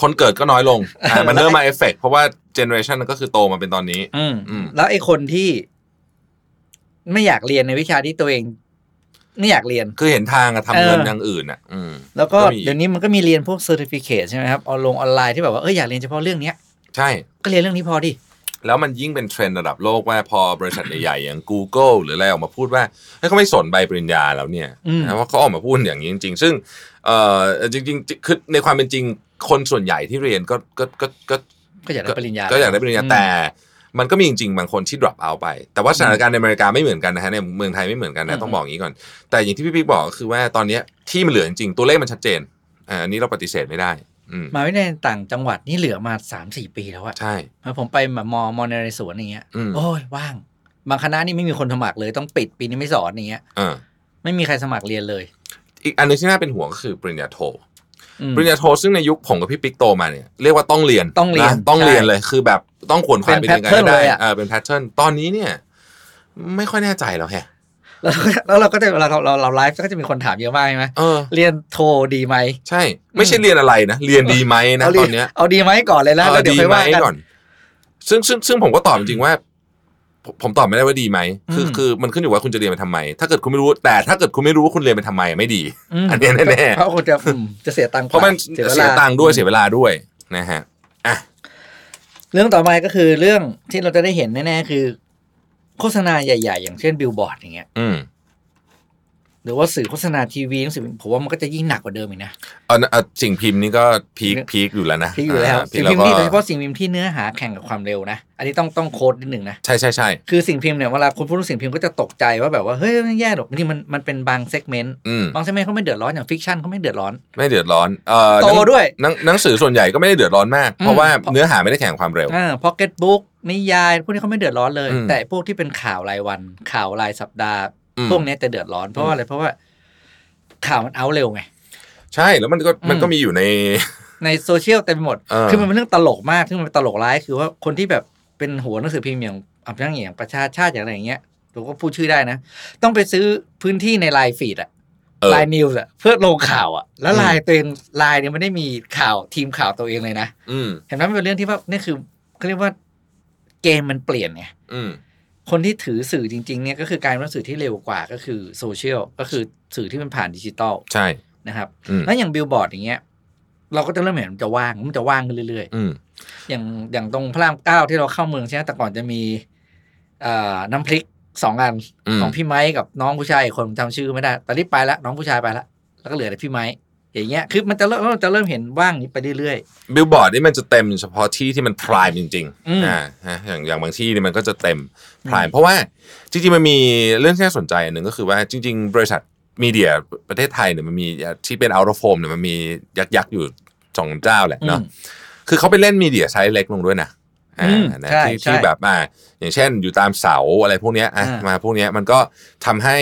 คนเกิดก็น้อยลง อ่ามัน แล้วไอ้ เริ่มมาเอฟเฟกเพราะว่าเจเนอเรชันก็คือโตมาเป็นตอนนี้ อืม อืม แล้วไอคนที่ ไม่อยากเรียนในวิชาที่ตัวเอง ไม่อยากเรียน คือเห็นทางอะทำเงิน เอออ อย่างอื่นอะอืม แล้วก็ ก็มี เดี๋ยวนี้มันก็มีเรียนพวกเซอร์ติฟิเคตใช่ไหมครับออนลงออนไลน์ที่แบบว่าเอออยากเรียนเฉพาะเรื่องเนี้ย ใช่ ก็เรียนเรื่องนี้พอดิ แล้วมันยิ่งเป็นเทรนด์ระดับโลกว่าพอบริษัทใหญ่ๆ อย่าง Google หรืออะไรออกมาพูดว่าเฮ้ยเขาไม่สนใบปริญญาแล้วเนี่ย อืม นะว่าเขาออกมาพูดอย่างนี้จริง ๆ ซึ่งเอ่อจริงๆคือในความเป็นจริงคนส่วนใหญ่ที่เรียนก็ก็ก็ก็ ก็อยากได้ปริญญา ก็อยากได้ปริญญา อืม แต่มันก็มีจริงๆ บางคนที่ drop out ไป แต่ว่าสถานการณ์ในอเมริกาไม่เหมือนกันนะฮะในเมืองไทยไม่เหมือนกัน อื นะ ม ต้องบอกอย่างนี้ก่อน แต่อย่างที่พี่ปิ๊กบอกก็คือว่าตอนเนี้ยที่มันเหลือจริงๆตัวเลขมันชัดเจนอ่าอันนี้เราปฏิเสธไม่ได้ อืม มหาวิทยาลัยต่างจังหวัดนี่เหลือมาสามสี่ปีแล้วอะ ใช่ ผมไปแบบมอมอในสวนอย่างเงี้ย อืม โอ้ยว่าง บางคณะนี่ไม่มีคนสมัครเลยต้องปิดปีนี้ไม่สอนอย่างเงี้ย เออ ไม่มีใครสมัครเรียนเลย อีกอันหนึงที่น่าเป็นห่วงก็คือปริญญาโท อืม ปริญญาโทซึ่งในยุคผมกับพี่ปิ๊กโตมาเนี่ยเรียกว่าต้องเรียน ต้องเรียนะ ต้องเรียนเลยคือแบบต้องขวนขวายไป เป็น เรียนกันให้ pattern ได้ เลยอะ เออเป็นแพทเทิร์นตอนนี้เนี่ยไม่ค่อยแน่ใจแล้วแฮะ แล้วแล้วเราก็จะเราเราเราไลฟ์ก็จะมีคนถามเยอะมากใช่ไหม เออ เรียนโทดีไหม ใช่ ไม่ใช่เรียนอะไรนะเรียนดีไหมนะ เอาเรี ตอยน นเนี้ย เอาดีไหมก่อนเลยนะแล้วเดี๋ยว ออ ค่อยว่า ไหม กัน อนซึ่งซึ่งซึ่งผมก็ตอบจริงๆว่าผมผมตอบไม่ได้ว่าดีไหม คือ อืม คือมันขึ้นอยู่ว่าคุณจะเรียนไปทำไม ถ้าเกิดคุณไม่รู้ แต่ถ้าเกิดคุณไม่รู้ว่าคุณเรียนไปทำไมไม่ดี ม อันเนี้ยแน่ๆ เพราะคนจะอืมจะเสียตังค์ เพราะมัน เสียเว เสีย ลา ตังค์ด้วยเสียเวลาด้วยนะฮะ เรื่องต่อมาก็คือเรื่องที่เราจะได้เห็นแน่ๆคือ โฆษณาใหญ่ ๆ อย่างเช่นบิลบอร์ดอย่างเงี้ย อืม หรือว่าสื่อโฆษณาทีวีหนังสือผมว่ามันก็จะยิ่งหนักกว่าเดิมอีกนะ เอาเอาสิ่งพิมพ์นี่ก็พีคพีคอยู่แล้วนะ ที่อยู่แล้ว าพีคสิ่ง แล้ว พิมพ์ที่โดยเฉ ก็ พาะสิ่งพิมพ์ที่เนื้อหาแข่งกับความเร็วนะ อันนี้ต้องต้องโค้ดนิดหนึ่งนะ ใช่ใช่ใช่ คือสิ่งพิมพ์เนี่ยเวลาคุณพูดถึงสิ่งพิมพ์ก็จะตกใจว่าแบบว่าเฮ้ยมันแย่หรอกนี่มันมันเป็นบางเซกเมนต์ อืม บางเซกเมนต์เขาไม่เดือดร้อนอย่างฟิกชันเขาไม่เดือดร้อน ไม่เดือดร้อนเอ่อ โต หนัง ด้วย หนังหนังสือส่วนใหญ่ก็ไม่ได้เดือดร้อนมาก อืม เพราะว่าเนื้อหาไม่ได้แข่งความเร็ว อ่าพ็อกเก็ตบุ๊กนิยายพวกนี้เขาไม่เดือดร้อนเลย อืม แต่พวกที่เป็นข่าวรายวัน ข่าวรายสัปดาห์ อืม พวกเนี้ยจะเดือดร้อนเพราะว่าอะไรเพราะว่าข่าวมันเอาเร็วไง ใช่แล้วมันก็มันก็ อืม มีอยู่ใน ในโซเชียลเต็มไปหมด เออ คือมันเป็นเรื่องตลกมาก ซึ่งมันเป็นตลกร้าย คือว่าคนที่แบบเป็นหัวหนังสือพิมพ์อย่างอับย่างอย่างประชาชาติอย่างอะไรอย่างเงี้ยผมก็พูดชื่อได้นะ ต้องไปซื้อพื้นที่ในไลน์ฟีดอะ เออ ไลน์นิวส์อะเพื่อลงข่าวอะแล้ว อืม ไลน์ตัวเองไลน์เนี่ยไม่ได้มีข่าวทีมข่าวตัวเองเลยนะ อืม เห็นไหมมันเป็นเรื่องที่ว่านี่คือเขาเรียกว่าเกมมันเปลี่ยนไง อืม คนที่ถือสื่อจริงๆเนี่ยก็คือกลารเป็นสื่อที่เร็วกว่าก็คือโซเชียลก็คือสื่อที่มันผ่านดิจิตอล ใช่ นะครับ อืม แล้วอย่างบิลบอร์ดอย่างเงี้ยเราก็จะเริ่มเห็นมันจะว่างมันจะว่างขึ้นเรื่อย อืม ๆ อย่างอย่างตรงพระรามเก้าที่เราเข้าเมืองใช่ไหมแต่ก่อนจะมีเอ่อน้ำพริกสองอัน อืม ของพี่ไม้กับน้องผู้ชายอีกคนผมจำชื่อไม่ได้ตอนนี้ไปละน้องผู้ชายไปละแล้วก็เหลือแต่พี่ไม้อย่างเงี้ยคือมันจะเริ่มมันจะเริ่มเห็นว่างนี้ไปเรื่อย บิลบอร์ดนี่มันจะเต็มเฉพาะที่ที่มันพรายจริง อืม ๆอ่าฮะอย่างอย่างบางที่นี่มันก็จะเต็มพรายเพราะว่าจริงๆมันมีเรื่องที่น่าสนใจอันหนึ่งก็คือว่าจริง ๆ บริษัทมีเดียประเทศไทยเนี่ยมันมีที่เป็น out of home เนี่ยมันมียักษ์ๆอยู่สองเจ้าแหละ ๆอื เนาะ ม คือเขาไปเล่นมีเดียไซส์เล็กลงด้วยนะอ่า อืม นะ ใช่ ที่ ใช่ ที่แบบอ่าอย่างเช่นอยู่ตามเสาอะไรพวกเนี้ยอ่ะ อ่าม มาพวกเนี้ยมันก็ทำให้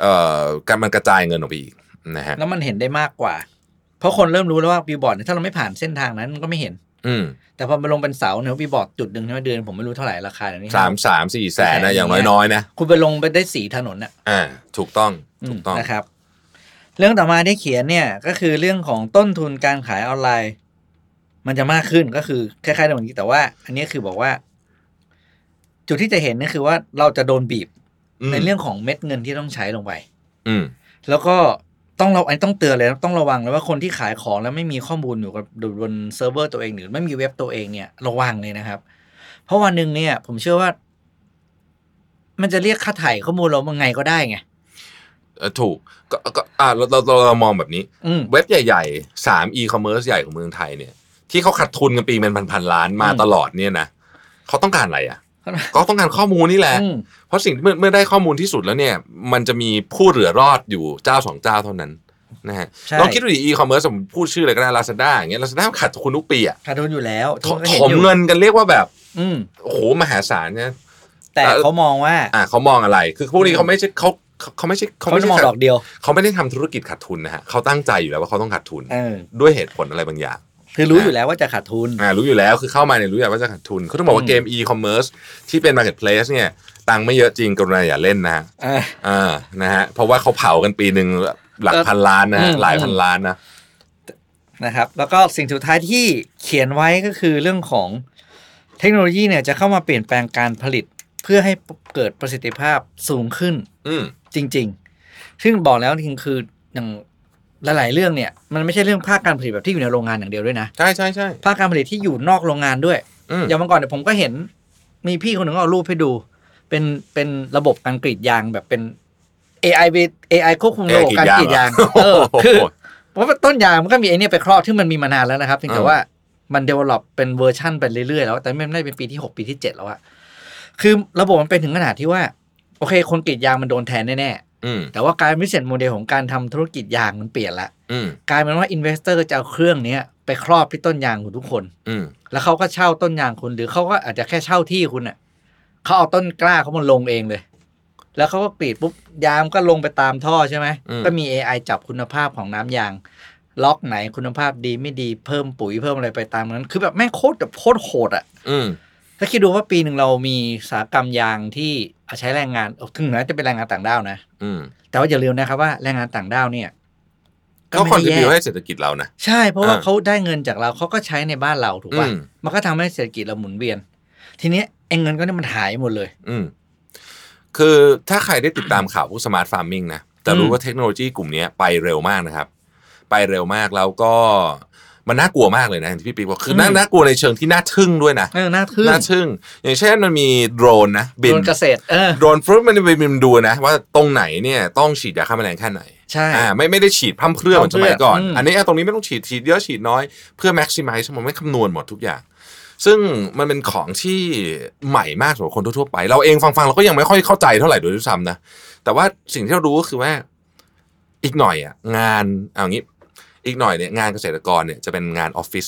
เอ่อการมันกระจายเงินออกไปอีกนะฮะ แล้วมันเห็นได้มากกว่า เพราะคนเริ่มรู้แล้วว่าบิลบอร์ดเนี่ยถ้าเราไม่ผ่านเส้นทางนั้นมันก็ไม่เห็น อืม แต่พอมาลงเป็นเสาเนี่ยบิลบอร์ดจุดหนึ่งใช่ไหมเดือนผมไม่รู้เท่าไหร่ราคาเดี๋ยวนี้ สามสามสี่แสนนะ แสน อย่างน้อยๆนะ คุณไปลงไปได้สี่ถนนน่ะ อ่าถูกต้องถูกต้อง นะครับ เรื่องต่อมาที่เขียนเนี่ยก็คือเรื่องของต้นทุนการขายออนไลน์ มันจะมากขึ้นก็คือคล้ายๆเดิมอกี้แต่ว่า อันนี้คือบอกว่า จุดที่จะเห็นก็คือว่าเราจะโดนบีบ อืม ในเรื่องของเม็ดเงินที่ต้องใช้ลงไป อืม แล้วก็ต้องเราอันนต้องเตือนเลยนะต้องระวังเลยว่าคนที่ขายของแล้วไม่มีข้อมูลอยู่กับบนเซิร์ฟเวอร์ตัวเองหรือไม่มีเว็บตัวเองเนี่ยระวังเลยนะครับ เพราะวันหนึ่งเนี่ย ผมเชื่อว่า มันจะเรียกค่าไถ่ข้อมูลเรามันไงก็ได้ไง เออถูกก็ก็อ่าเราเราเราเรามองแบบนี้ อืม เว็บใหญ่ๆสามอีคอมเมิร์ซใหญ่ของเมืองไทยเนี่ย ที่เขาขาดทุนกันปีเป็นพันๆล้านมา อืม ตลอดเนี่ยนะเขาต้องการอะไรอ่ะเขาต้องการข้อมูลนี่แหละ อืม เพราะสิ่งที่เมื่อเมื่อได้ข้อมูลที่สุดแล้วเนี่ย มันจะมีผู้เหลือรอดอยู่เจ้าสองเจ้าเท่านั้นนะฮะ ใช่ ลองคิดดูดิอีคอมเมิร์ซผมพูดชื่อเลยก็ได้ลาซาด้าอย่างเงี้ยลาซาด้าขาดทุนทุกปีอ่ะ ขาดทุนอยู่แล้ว ถ ทุนก็ห็ ถมนอยู่ เงินกันเรียกว่าแบบ อืม โอ้โหมหาศาลเนี่ย แต่เขามองว่า อ่ะเขามองอะไร คือพวกนี้เขาไม่ใช่เขาเขาเขาไม่ใช่ เขา เขา ไม่ ไม่ ได้ ใช่ มอง ขาด ดอกเดียว เขาไม่ได้ทำธุรกิจขาดทุนนะฮะเขาตั้งใจอยู่แล้วว่าเขาต้องขาดทุน เออ ด้วยเหตุผลอะไรบางอย่าง คือรู้อยู่แล้วว่าจะขาดทุน อ่ารู้อยู่แล้วคือเข้ามาเนี่ยรู้อยู่แล้วว่าจะขาดทุนเขาต้องบอกว่าเกมอีคอมเมิร์ซที่เป็นมาร์เก็ตเพลสเนี่ยตังค์ไม่เยอะจริงกรุณาอย่าเล่นนะฮะ อ่า อ่านะฮะ เพราะว่าเขาเผากันปีหนึ่งหลักพันล้านนะฮะ อืม หลายพันล้านนะ นะครับ แล้วก็สิ่งสุดท้ายที่เขียนไว้ก็คือเรื่องของเทคโนโลยีเนี่ยจะเข้ามาเปลี่ยนแปลงการผลิต เพื่อให้เกิดประสิทธิภาพสูงขึ้น อืม จริง ๆ ซึ่งบอกแล้วจริงๆคืออย่างหลายๆเรื่องเนี่ย มันไม่ใช่เรื่องภาคการผลิตแบบที่อยู่ในโรงงานอย่างเดียวด้วยนะ ใช่ใช่ใช่ ภาคการผลิตที่อยู่นอกโรงงานด้วย อืม อย่างเมื่อก่อนเนี่ยผมก็เห็นมีพี่คนหนึ่งเอารูปให้ดู เป็นเป็นระบบการกรีดยางแบบเป็น AI เว AI ควบคุมระบบการกรีดยาง โอ้ เออ โห คือเพราะว่าต้นยางมันก็มีไอเนี่ยไปครอบที่มันมีมานานแล้วนะครับเพียงแต่ อ่า ว่ามัน develop เป็นเวอร์ชั่นไปเรื่อยๆแล้ว แต่ไม่ได้เป็นปีที่ 6 ปีที่ 7 แล้วอะคือระบบมันเป็นถึงขนาดที่ว่า โอเค คนกรีดยางมันโดนแทนแน่ อืม ๆแต่ว่าการวิเศษโมเดลของการทำธุรกิจยางมันเปลี่ยนละ อืม กลายเป็นว่าอินเวสเตอร์จะเอาเครื่องเนี้ยไปครอบที่ต้นยางของทุกคน อืม แล้วเขาก็เช่าต้นยางคุณหรือเขาก็อาจจะแค่เช่าที่คุณอ่ะเขาเอาต้นกล้าเขามาลงเองเลย แล้วเขาก็กรีดปุ๊บยางก็ลงไปตามท่อใช่ไหมก็มี AI จับคุณภาพของน้ำยาง ล็อกไหนคุณภาพดีไม่ดีเพิ่มปุ๋ยเพิ่มอะไรไปตามนั้น คือแบบแม่งโคตรแบบโคตรโหดอ่ะ อืม ถ้าคิดดูว่าปีหนึ่งเรามีอุตสาหกรรมยางที่ใช้แรงงานถึงแม้จะเป็นแรงงานต่างด้าวนะ อืม แต่ว่าอย่าลืมนะครับว่าแรงงานต่างด้าวเนี่ย เขาคอนดิไม่บิได้แย่ วให้เศรษฐกิจเรานะ ใช่ เพราะว่า อ่า เขาได้เงินจากเราเขาก็ใช้ในบ้านเราถูกป่ะ อืม มันก็ทำให้เศรษฐกิจเราหมุนเวียน ทีนี้ไอ้เงินก็เนี่ยมันหายหมดเลย อืมคือถ้าใครได้ติดตามข่าวพวกสมาร์ทฟาร์มิงนะจะรู้ว่าเทคโนโลยีกลุ่มเนี้ยไปเร็วมากนะครับ ไปเร็วมากแล้วก็ มันน่ากลัวมากเลยนะอย่างที่พี่ปิ๊กบอกคือน่า อืม น่ากลัวในเชิงที่น่าทึ่งด้วยนะ เออน่าทึ่ง น่าทึ่ง อย่างเช่นมันมีโดรนนะบิ โด น นเกษตร เออ โดรนฟลุ๊ปมันไปบินดูนะ ว่าตรงไหนเนี่ยต้องฉีดยาฆ่าแมลงแค่ไหน ใช่ อ่าไม่ไม่ได้ฉีดพร่ำเพรื่อเหมือนสมัยก่อน พร่ำเพรื่ออืม อันนี้อ่ะตรงนี้ไม่ต้องฉีดฉีดเยอะฉีดน้อยเพื่อ maximize มันไม่คำนวณหมดทุกอย่าง ซึ่งมันเป็นของที่ใหม่มากสำหรับคนทั่วๆไป เราเองฟังๆเราก็ยังไม่ค่อยเข้าใจเท่าไหร่โดยด้วยซ้ำนะ แต่ว่าสิ่งที่เรารู้ก็คือว่าอีกหน่อยอ่ะงานเอางี้ อีกหน่อยเนี่ยงานเกษตรกรเนี่ยจะเป็นงานออฟฟิศ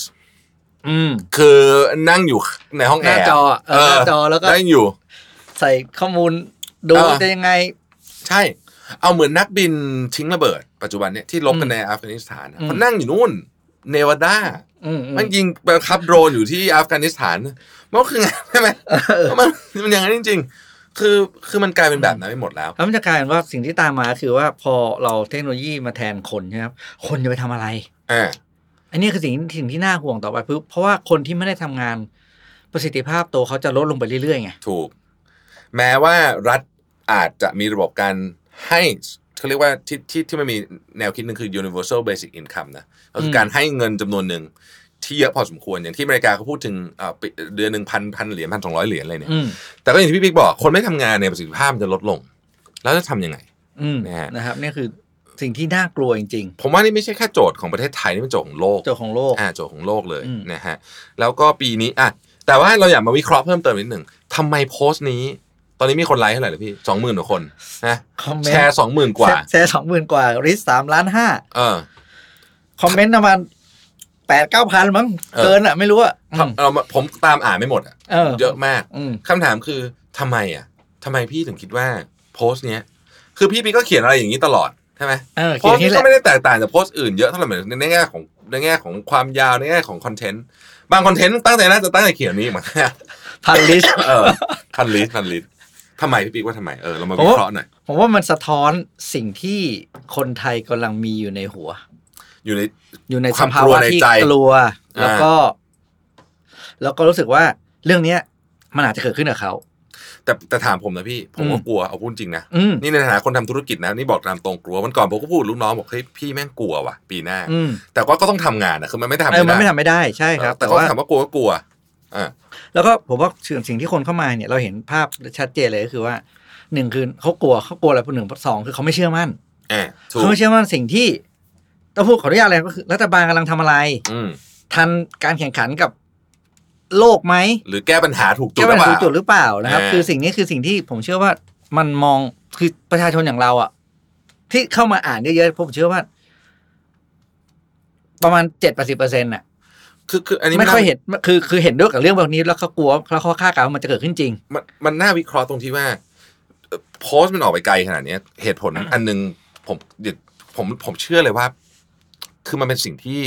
อืม คือนั่งอยู่ในห้อง ห แอ น้า ร์ จอเออหน้าจอแล้วก็ นั่งอยู่ ใส่ข้อมูลดู เออ จะยังไง ใช่ เอาเหมือนนักบินทิ้งระเบิด ปัจจุบันเนี่ยที่ลบกันในอัฟกานิสถานอะ อืม เขานั่งอยู่นู่นเนวาดา อืมอืม มันยิงบังคับโดรนอยู่ที่อัฟกานิสถานมันก็คืองานใช่ ไหมมันมันอย่างนั้นจริง ๆ คือคือมันกลายเป็นแบบนั้นไปหมดแล้ว แล้วมันจะกลายเป็นว่าสิ่งที่ตามมาคือว่าพอเราเทคโนโลยีมาแทนคนใช่ไหมครับคนจะไปทำอะไร อ่า อันนี้คือสิ่งสิ่งที่น่าห่วงต่อไปเพราะเพราะว่าคนที่ไม่ได้ทำงาน ประสิทธิภาพตัวเขาจะลดลงไปเรื่อยๆไง ถูก แม้ว่ารัฐอาจจะมีระบบการให้เขาเรียกว่าที่ที่ที่มันมีแนวคิดหนึ่งคือ universal basic income นะก็คือ ม การให้เงินจำนวนหนึ่งที่เยอะพอสมควรอย่างที่อเมริกาเขาพูดถึงเอ่อปีเดือนหนึ่งพันพันเหรียญพันสองร้อยเหรียญอะไรเนี่ย อืม แต่ก็อย่างที่พี่ปิ๊กบอกคนไม่ทำงานในยประสิทธิภาพมันจะลดลง แล้วจะทำยังไง อืม นะฮะ นะครับนี่คือสิ่งที่น่ากลัวจริง ผมว่านี่ไม่ใช่แค่โจทย์ของประเทศไทยนี่เป็นโจทย์ของโลก ๆเจ้าของโลก อ่าโจทย์ของโลกเลย อืม นะฮะแล้วก็ปีนี้อ่ะแต่ว่าเราอยากมาวิเคราะห์เพิ่มเติมนิดหนึ่งทำไมโพสต์นี้ ตอนนี้มีคนไลค์เท่าไหร่หรือพี่สองหมื่นกว่าคนนะ คอมเม แช น ร์ ต์ สองหมื่นกว่า แชร์สองหมื่นกว่าริสสามล้านห้า เออ คอมเมนต์ประมาณแปดเก้าพันมั้ง เออ เกินอ่ะไม่รู้อ่ะอืม เรามาผมตามอ่านไม่หมดอะ เออ เยอะมาก อืม คำถามคือทำไมอ่ะทำไมพี่ถึงคิดว่าโพสต์เนี้ยคือพี่พี่ก็เขียนอะไรอย่างนี้ตลอดใช่ไหม เออ โพ เขีย ส น ต์ นี่ นี้ก็ไม่แหละได้แตกต่างจากโพสต์อื่นเยอะเท่าไหร่เหมือนในแง่ของในแง่ของความยาวในแง่ของคอนเทนต์บางคอนเทนต์ตั้งแต่น่าจะตั้งแต่เขียน นี้มา พันลิส เออพันลิตรพันลิตรทำไมพี่ปิ๊กว่าทำไมเออเรามา โอ้ วิเคราะห์หน่อย ผมว่ามันสะท้อนสิ่งที่คนไทยกำลังมีอยู่ในหัว อยู่ใน อยู่ใน ค ส วาม ภาก ลัว วะ ใน ที่ ใจ กลัว อ่า แล้วก็ แล้วก็รู้สึกว่าเรื่องเนี้ย มันอาจจะเกิดขึ้นกับเขา แต่แต่ถามผมนะพี่ ผมก็ อืม กลัวเอาพูดจริงนะ อืม นี่ในฐานะคนทำธุรกิจนะนี่บอกตามตรงกลัววันก่อนผมก็พูดลูกน้องบอกเฮ้ยพี่แม่งกลัวว่ะปีหน้า อืม แต่ว่าก็ต้องทำงานนะคือมันไม่ทำ เออมันไม่ ด้ ทำไม่ได้ใช่ครับ แต่ แต่ ก็ ว่า ถามว่ากลัวก็กลัวอ่า แล้วก็ผมว่าสิ่งสิ่งที่คนเข้ามาเนี่ย เราเห็นภาพชัดเจนเลยก็คือว่าหนึ่งคือเขากลัวเขากลัวอะไรหนึ่งสองคือเขาไม่เชื่อมั่น แอบถูก เขาไม่เชื่อมั่นสิ่งที่ต้องพูดขออนุญาตอะไรก็คือรัฐบาลกำลังทำอะไร อืม ทันการแข่งขันกับโลกไหม หรือแก้ปัญหาถูกจุด แก้ หรื ปัญ อเปล่าหาถูกจุดหรือเปล่านะครับ อ่า คือสิ่งนี้คือสิ่งที่ผมเชื่อว่ามันมองคือประชาชนอย่างเราอ่ะ ที่เข้ามาอ่านเยอะๆผมเชื่อว่า ประมาณเจ็ดแปดสิบเปอร์เซ็นต์่ะ คือคืออันไม่นี้า ค่อยเห็นคือคือเห็นด้วยกับเรื่องแบบนี้แล้วเขากลัวแล้วเขาคาดการณ์ว่ามันจะเกิดขึ้นจริง มันมันน่าวิเคราะห์ตรงที่ว่าโพสต์มันออกไปไกลขนาดเนี้ยเหตุผลอันหนึงผมเดี๋ยวผมผมเชื่อเลยว่า คือมันเป็นสิ่งที่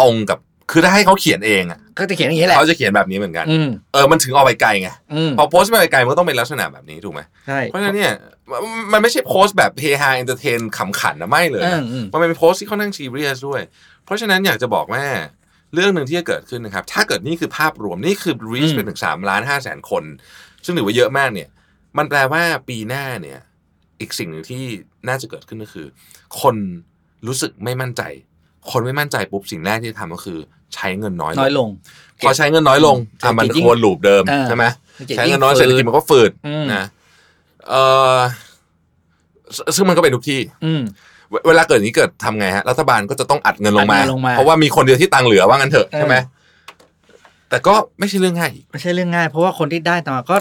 ตรงกับคือถ้าให้เขาเขียนเองอะ ก็จะเขียนอย่างนี้แหละ เขาจะเขียนแบบนี้เหมือนกัน อืม เออ มันถึงออกไปไกลไง อืม พอโพสต์ไปไกลมันก็ต้องเป็นลักษณะแบบนี้ถูกไหม ใช่ เพราะฉะนั้นเนี่ยมันมันไม่ใช่โพสต์แบบเฮฮาเอนเตอร์เทนขำขันนะไม่เลย เอ นะ ออืม มันเป็นโพสต์ที่ค่อนข้างซีเรียสด้วย เพราะฉะนั้นอยากจะบอกว่าเรื่องหนึ่งที่จะเกิดขึ้นนะครับ ถ้าเกิดนี่คือภาพรวมนี่คือ reach เป็นถึง3ล้าน5แสนคน ซึ่งถือว่าเยอะมากเนี่ย มันแปลว่าปีหน้าเนี่ย อีกสิ่งหนึ่งที่น่าจะเกิดขึ้นก็คือ คนรู้สึกไม่มั่นใจ คนไม่มั่นใจปุ๊บสิ่งแรกที่จะทำก็คือใช้เงินน้อยลง น้อยลง พอใช้เงินน้อยลง เศรษอ่ะฐกิจมัน ยิ่ง วนลูปเดิม อ่า ใช่ไหมใช้เงินน้อยเศรษฐกิจมันก็ฝืด อืม นะเออซึ่งซึ่งมันก็เป็นทุกที่ อืม เวเวลาเกิดอย่างนี้เกิดทำไงฮะรัฐบาลก็จะต้องอัดเงินลงมา อัดเงินลงมา เพราะว่ามีคนเดียวที่ตังค์เหลือว่างั้นเถอะ เออ ใช่ไหมแต่ก็ไม่ใช่เรื่องง่ายอีก ไม่ใช่เรื่องง่าย เพราะว่าคนที่ได้ต่อมาก็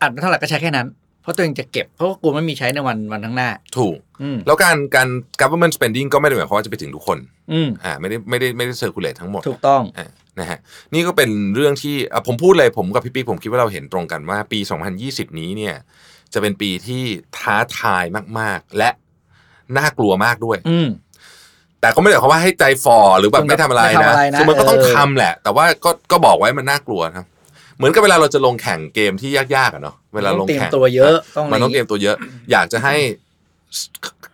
อัดมาเท่าไหร่ก็ใช้แค่นั้น เพราะตัวเองจะเก็บเพราะว่ากลัวไม่มีใช้ในวันวันข้างหน้า ถูก อืม แล้วการการ government spending ก็ไม่ได้หมายความว่าจะไปถึงทุกคน อืม อ่าไม่ได้ไม่ได้ไม่ได้เซอร์คูลเลตทั้งหมด ถูกต้อง อ่ะนะฮะนี่ก็เป็นเรื่องที่อ่ะผมพูดเลยผมกับพี่ปิ๊กผมคิดว่าเราเห็นตรงกันว่าปี 2020 นี้เนี่ย จะเป็นปีที่ท้าทายมาก ๆ และน่ากลัวมากด้วย อืม แต่ก็ไม่ได้หมายความว่าให้ใจฝ่อหรือแบบไม่ทำอะไร ไม่ทำ นะ อะไรนะ คือมันก็ต้อง เออ ทำแหละ แต่ว่าก็ก็บอกไว้มันน่ากลัวครับ เหมือนกับเวลาเราจะลงแข่งเกมที่ยากๆอะเนาะเวลาลง เตรียม แข่ง ตัวเยอะต้อง มันต้องเตรียมตัวเยอะ อยากจะให้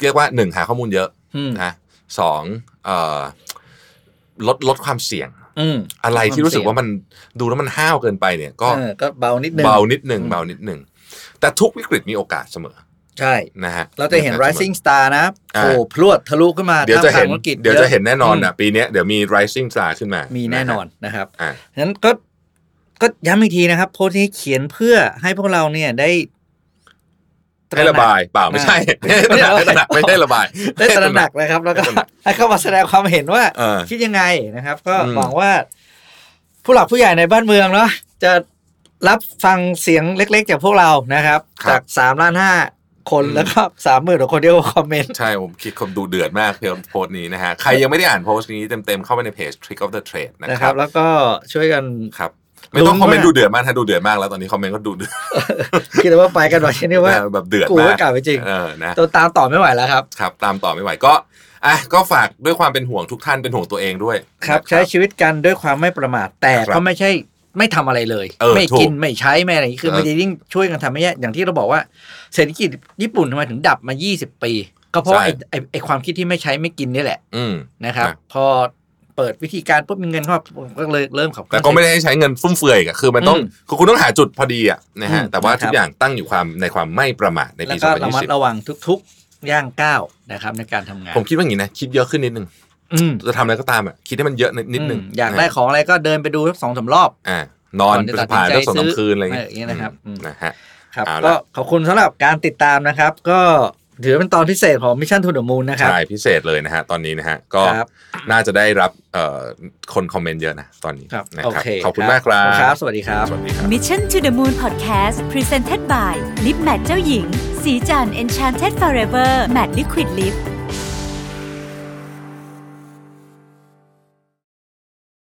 เรียกว่าหนึ่งหาข้อมูลเยอะ อืม นะสองเอ่อลดลดความเสี่ยง อืม อะไรที่รู้สึกว่ามันดูแล้วมันห้าวเกินไปเนี่ย ก็ เออก็เบานิดนึง เบานิดหนึ่ง อืม เบานิดหนึ่งแต่ทุกวิกฤตมีโอกาสเสมอ ใช่ นะฮะ เราจะเห็น rising star นะโอ้พรวดทะลุขึ้นมา เดี๋ยวจะเห็น ท่ามกลางธุรกิจ เดี๋ยวจะเห็นแน่นอน ม อ่ะปีเนี้ยเดี๋ยวมี rising star ขึ้นมา มี มีแน่นอนนะครับ อ่า งั้นก็ก็ย้ำอีกทีนะครับ โพสต์นี้เขียนเพื่อให้พวกเราเนี่ยได้ต ให้ หนัก ระบายเปล่าไม่ใช่ ไม่ ไม่ ใช่ ใช่ตระหนักไม่ใช่ระบาย ได้ตระหนักนะครับ แล้วก็ ได้ตระหนัก ให้เข้ามาแสดงความเห็นว่า เออ คิดยังไงนะครับ ก็ อืม หวังว่า ผู้หลักผู้ใหญ่ในบ้านเมืองเนาะจะรับฟังเสียงเล็ก ๆ จากพวกเรานะครับ จากสามล้านห้าคนแล้วก็สามหมื่นกว่าคนที่มาคอมเมนต์ ใช่ผมคิดคมดูเดือดมากเพียงโพสต์นี้นะฮะ ใครยังไม่ได้อ่านโพสต์นี้เต็มๆเข้าไปในเพจ Trick of the Trade นะ นะ ค ครั รับบ แล้วก็ช่วยกัน ครับ ไม่ต้อง ลุ้น คอมเมนต์ มาก ดูเดือดมากถ้าดูเดือดมากแล้วตอนนี้คอมเมนต์ก็ดูเดือด คิดว่าไป กันหน่อยใช่ไหมว่า แบบเดือด กู มาก ก็กลับไปจริง เออนะ ตัวตามต่อไม่ไหวแล้วครับ ครับตามต่อไม่ไหวก็อ่ะก็ฝากด้วยความเป็นห่วงทุกท่านเป็นห่วงตัวเองด้วย ครับ นะ ใช้ชีวิตกันด้วยความไม่ประมาท แต่ ครับ ก็ไม่ใช่ไม่ทำอะไรเลย เออ ไม่ ถูก กินไม่ใช้ไม่อะไรอย่างนี้คือ เออ มันจะยิ่งช่วยกันทำให้แย่อย่างที่เราบอกว่าเศรษฐกิจญี่ปุ่นทำไมถึงดับมา 20 ปี ก็เพราะ ใช่ ไอ้ไอ้ไอ้ความคิดที่ไม่ใช้ไม่กินนี่แหละ อืม นะครับ ครับ พอเปิดวิธีการปุ๊บมีเงินเข้ามาก็เลยเริ่มขับเคลื่ แต่ อน ก็ไม่ได้ให้ใช้เงินฟุ่มเฟือยอีกอะคือมันต้อง อืม คือคุณต้องหาจุดพอดีอ่ะนะฮะ อืม แต่ว่า นะครับ ทุกอย่างตั้งอยู่ความในความไม่ประมาทใน แล้ ปี วก็ระมัด 2020 ระวังทุกๆย่างก้าวนะครับในการทำงาน ผมคิดว่าอย่างนี้นะ คิดเยอะขึ้นนิดนึง อืม จะทำอะไรก็ตามอ่ะคิดให้มันเยอะนิดนึง อยาก นะ ได้ของอะไรก็เดินไปดูสักสองสามรอบ อ่านอน ก่อนจะ เป็นสะพาน ตัด ก็ สินใจ สองสามคืนอะไร เอออ อย่าง เงี้ยนะครับ อืม อืม นะฮะ ครับ เอาละ ก็ขอบคุณสำหรับการติดตามนะครับ ก็ถือว่าเป็นตอนพิเศษของ Mission to the Moon นะครับ ใช่พิเศษเลยนะฮะตอนนี้นะฮะก็ ครับ น่าจะได้รับเอ่อคนคอมเมนต์เยอะนะตอนนี้ ครับ นะ โอ ครับ เค ขอบคุณมากครับ ครับ สวัสดีครับ สวัสดีครับ Mission to the Moon Podcast Presented by Lip Matte เจ้าหญิง สีจัน Enchanted Forever Matte Liquid Lip